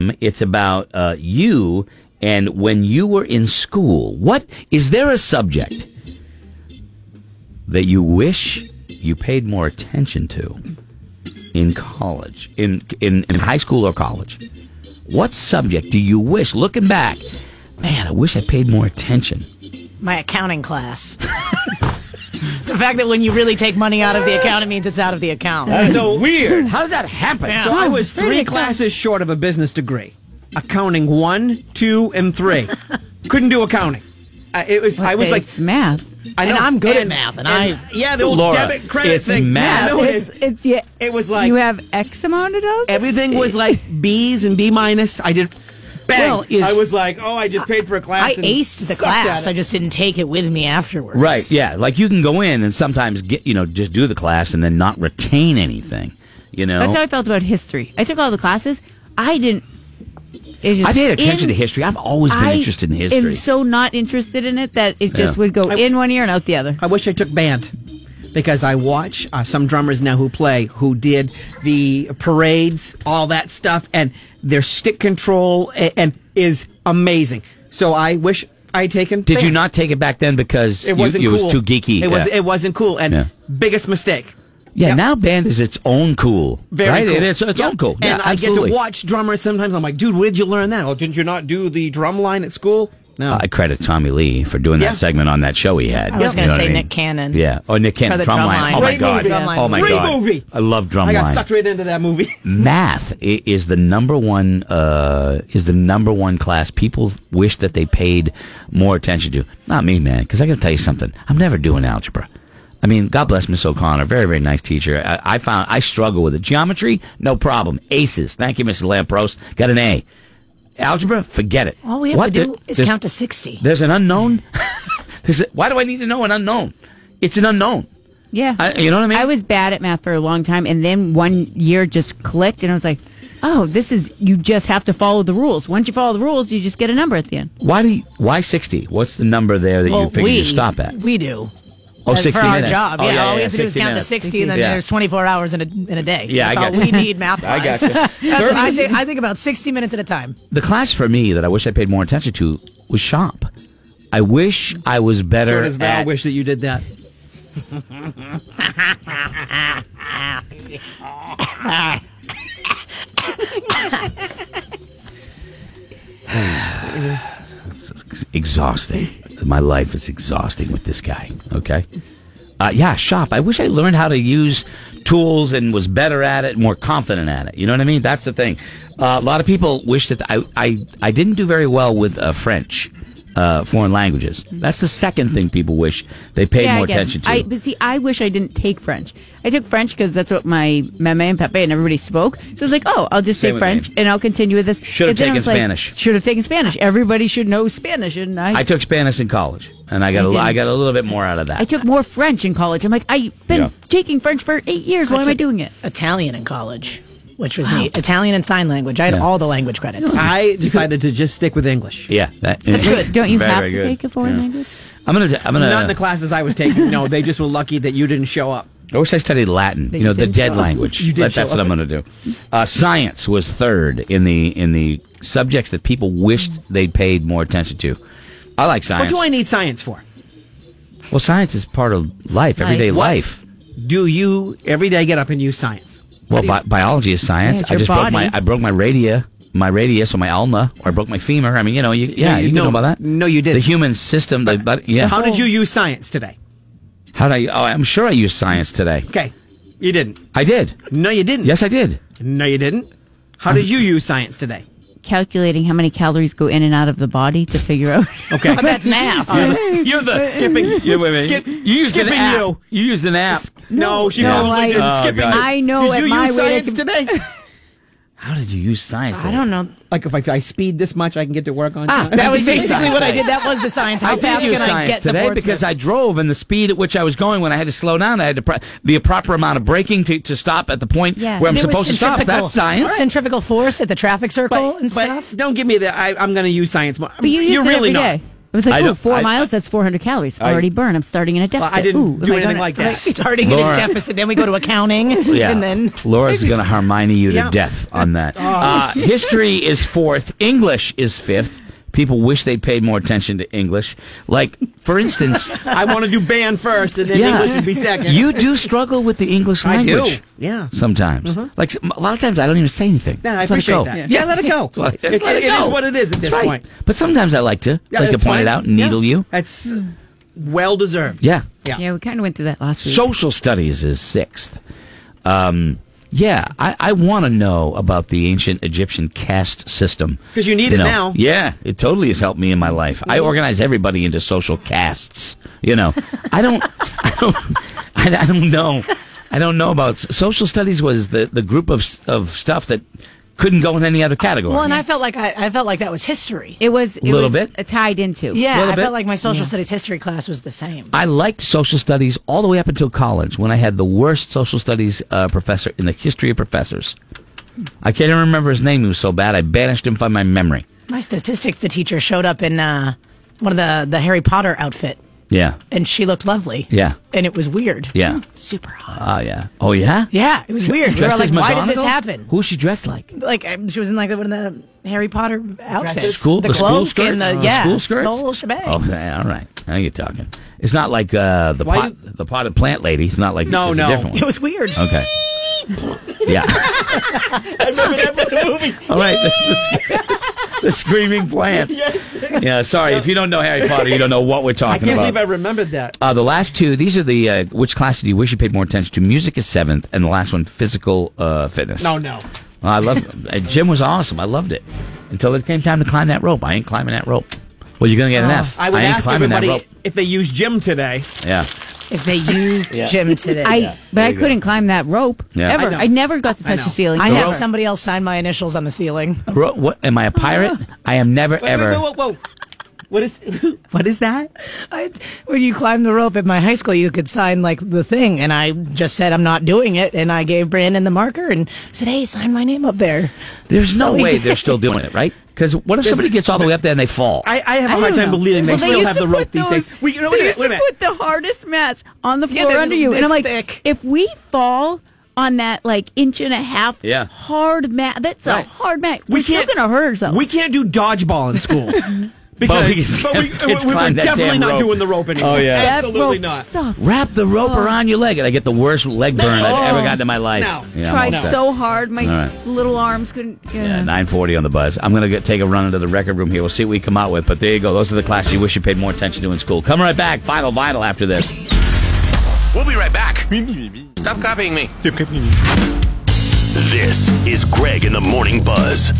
It's about uh, you and when you were in school. What is there a subject that you wish you paid more attention to in college, in in, in high school or college? What subject do you wish, looking back, man, I wish I paid more attention? My accounting class. the fact that when you really take money out of the account, it means it's out of the account. so weird. How does that happen? Yeah. So I was three classes short of a business degree. Accounting one, two, and three. Couldn't do accounting. I, it was. I was like, it's math. I And know, I'm good at math, and I- yeah, the old Laura, debit credit it's thing. math. I know it it's, is. it's- yeah, It was like- you have X amount of dollars. Everything was like B's and B minus. I did. Bang! Well, is- I was like, oh, I just paid for a I class. and aced the sucked at class. it. I just didn't take it with me afterwards. Right. Yeah. Like you can go in and sometimes get you know just do the class and then not retain anything. You know. That's how I felt about history. I took all the classes. I didn't. It's just I paid attention to in- history. I've always been I interested in am history. so not interested in it that it just Yeah. would go I- in one ear and out the other. I wish I took band because I watch uh, some drummers now who play who did the parades, all that stuff, and their stick control a- and is amazing. So I wish I had taken. Did you band. not take it back then because It wasn't. you, it cool. was too geeky? It was. Yeah. It wasn't cool. And Yeah. biggest mistake. yeah, Yeah. Now band is its own cool. Very right? cool. It's its Yeah. own cool. And Yeah, I absolutely. get to watch drummers sometimes. I'm like, dude, where did you learn that? Oh, didn't you not do the drum line at school? No. Oh, I credit Tommy Lee for doing Yeah. that segment on that show he had. I was You gonna know what say mean? Nick Cannon. Yeah. Oh, Nick Cannon. the Drumline. Drumline. Oh my Great god. movie. Oh my Great god. movie. I love drumline. I got sucked right into that movie. math i- is the number one uh, is the number one class people wish that they paid more attention to. Not me, man, because I got to tell you something. I'm never doing algebra. I mean, God bless Miss O'Connor, very very nice teacher. I, I found I struggle with it. Geometry, no problem. Aces, thank you, Mrs. Lampros. Got an A. Algebra, forget it. All we have What to the- do is there's- count to 60. There's an unknown. There's a- why do I need to know an unknown? It's an unknown. Yeah, I- you know what I mean? I was bad at math for a long time, and then one year just clicked, and I was like, "Oh, this is you just have to follow the rules. Once you follow the rules, you just get a number at the end." Why do you, why sixty? What's the number there that you Well, figure we you stop at? We do. Oh, Uh, 60 for our minutes. job. Oh, yeah, all we have to do is 60 count minutes. to 60, and then Yeah. there's 24 hours in a, in a day. Yeah, I That's all gotcha. we need math I wise. gotcha. That's what I Thirty- think. I think about 60 minutes at a time. The class for me that I wish I paid more attention to was shop. I wish I was better Sort of Val at wish that you did that. exhausting. My life is exhausting with this guy, okay? Uh, yeah, shop. I wish I learned how to use tools and was better at it, more confident at it. You know what I mean? That's the thing. Uh, a lot of people wish that I, I, I didn't do very well with uh, French, uh, foreign languages. That's the second thing people wish they paid yeah, more I guess. attention to. I, but see, I wish I didn't take French. I took French because that's what my meme and Pepe and everybody spoke. So I was like, oh, I'll just Same take with French me. and I'll continue with this. Should've And then I taken was like, Spanish. Should have taken Spanish. Everybody should know Spanish, shouldn't I? I took Spanish in college, and I got a, You li- I didn't. got a little bit more out of that. I took more French in college. I'm like, I've been Yeah. taking French for eight years. Why am I took- doing it? Italian in college, which was neat. Italian and sign language. I had all the language credits. I decided to just stick with English. yeah, that, That's good. Don't you Very, have very to good. take a foreign Yeah. language? I'm gonna. I'm gonna. Not in the classes I was taking. No, they just were lucky that you didn't show up. I wish I studied Latin. You know, the didn't dead show up. language. You did That- that's show what I'm up. gonna do. Uh, science was third in the in the subjects that people wished they'd paid more attention to. I like What science. do I need science for? well, science is part of life, everyday What life. Do you every day get up and use science? Well, bi- biology is science. it's I your just broke my body. I broke my radii, my radius or my ulna, or I broke my femur. I mean, you know, you, yeah, you- you, no, know about that. no, you didn't. The human system, the but yeah. How did you use science today? How did I? Oh, I'm sure I used science today. Okay, you didn't. I did. No, you didn't. Yes, I did. No, you didn't. How did you use science today? Calculating how many calories go in and out of the body to figure out. Okay, That's math. You're the skipping. You, Skip- skipping you. You used an app. no, she no, probably I- did Oh, skipping. God. I know Did at you my use weight I science could- today? How did you use science? I don't know. like if I, I speed this much, I can get to work on. Ah, time. That was did use basically science what I today. did. That was the science. How I did fast use can I science get to today Portsmouth? because I drove, and the speed at which I was going, when I had to slow down, I had to pro- the proper amount of braking to, to stop at the point Yeah. where I'm There was supposed to stop. centrifugal- That's science. Centrifugal force at the traffic circle but, and but stuff. don't give me that. I, I'm going to use science more. But you use You're it really every not. day. It was I like, oh, don't- four I- miles, that's 400 calories. Already burn. I'm starting in a Well, deficit. I Ooh, didn't am do I anything gonna- like that. Starting in Laura. a deficit, then we go to accounting, Yeah. and then Laura's going to Hermione you to death on that. Uh, history is fourth. English is fifth. People wish they paid more attention to English. Like, for instance, I want to do band first, and then Yeah. English would be second. you do struggle with the English I do. language. Yeah. Mm-hmm. Sometimes. Like, a lot of times I don't even say anything. No, I Just let it appreciate go. that. Yeah. let it go. That's what- It- just let it is go. what it is at That's this right. point. But sometimes I like to, Yeah, like to that's point it fine. out, and needle Yeah. you. That's well deserved. Yeah. Yeah. Yeah, we kind of went through that last week. Social studies is sixth. Um, yeah, I, I want to know about the ancient Egyptian caste system 'Cause you need it now. Yeah, it totally has helped me in my life. I organize everybody into social castes. You know, I don't, I don't, I, I don't know, I don't know about social studies. Was the the group of s- of stuff that couldn't go in any other category? well, and I felt like I, I felt like that was history. it was it Little was bit. uh, tied into. Yeah, Little I bit. felt like my social studies history class was the same. I liked social studies all the way up until college when I had the worst social studies uh, professor in the history of professors. I can't even remember his name. He was so bad. I banished him from my memory. My statistics the teacher showed up in uh, one of the the Harry Potter outfit, Yeah. and she looked lovely. Yeah. and it was weird. Yeah. super hot. Oh, yeah. Oh, yeah? Hmm. yeah, it was weird. We were Dressed like, as why did this McGonagall? happen? Who's she dressed like? Like um, she was in like one of the Harry Potter outfits, School, the, school cloak skirts? and the yeah, school skirts? Oh. the whole shebang. Okay, all right. Now you're talking. It's not like uh, the, Why pot, the potted plant lady. It's not like No, it's no. a different It one. was weird. Okay. Yeah. I remember that from the movie. All right. The, sc- the screaming plants. Yeah, sorry. If you don't know Harry Potter, you don't know what we're I talking can't about. believe I remembered that. Uh, the last two, these are the uh, which class did you wish you paid more attention to? Music is seventh, and the last one, physical uh, fitness. No, no. I love uh, gym was awesome. I loved it until it came time to climb that rope. I ain't climbing that rope. Well, you're gonna get an F. Oh, I would ain't ask climbing that everybody rope. if they use gym today. Yeah, If they used gym today, I, but I you go. couldn't climb that rope Yeah. I ever. know. I, never got to I touch know. the ceiling. I The had rope. somebody else sign my initials on the ceiling. Ro- what am I a pirate? I am never Ah. Wait, ever. wait, whoa, whoa, whoa. What is what is that? I, when you climbed the rope at my high school, you could sign like the thing, and I just said I'm not doing it, and I gave Brandon the marker and said, "Hey, sign my name up there." There's So no he way did. they're still doing it, right? Because what if somebody gets all the way up there and they fall? I, I have a I hard don't time know. believing So they still used have to the rope put these those- days. Wait, you know, they wait a minute, used wait a to minute. put the hardest mats on the Yeah, floor they're under you, and this I'm like, thick. if we fall on that like inch and a half Yeah. hard mat, that's Right. a hard mat. We're still gonna hurt ourselves. We can't do dodgeball in school. Both Because kids- but we, kids we, were climb that definitely damn not rope. doing the rope anymore. Oh, yeah. that Absolutely rope not. sucked. Wrap the rope Oh. around your leg, and I get the worst leg burn I've ever gotten in my life. No. Yeah, I'm Tried all set. so hard, my All right. little arms couldn't. Yeah, yeah. 940 on the buzz. I'm going to take a run into the record room here. We'll see what we come out with. But there you go. Those are the classes you wish you paid more attention to in school. Come right back. Final vinyl after this. We'll be right back. Stop copying me. This is Greg in the Morning Buzz.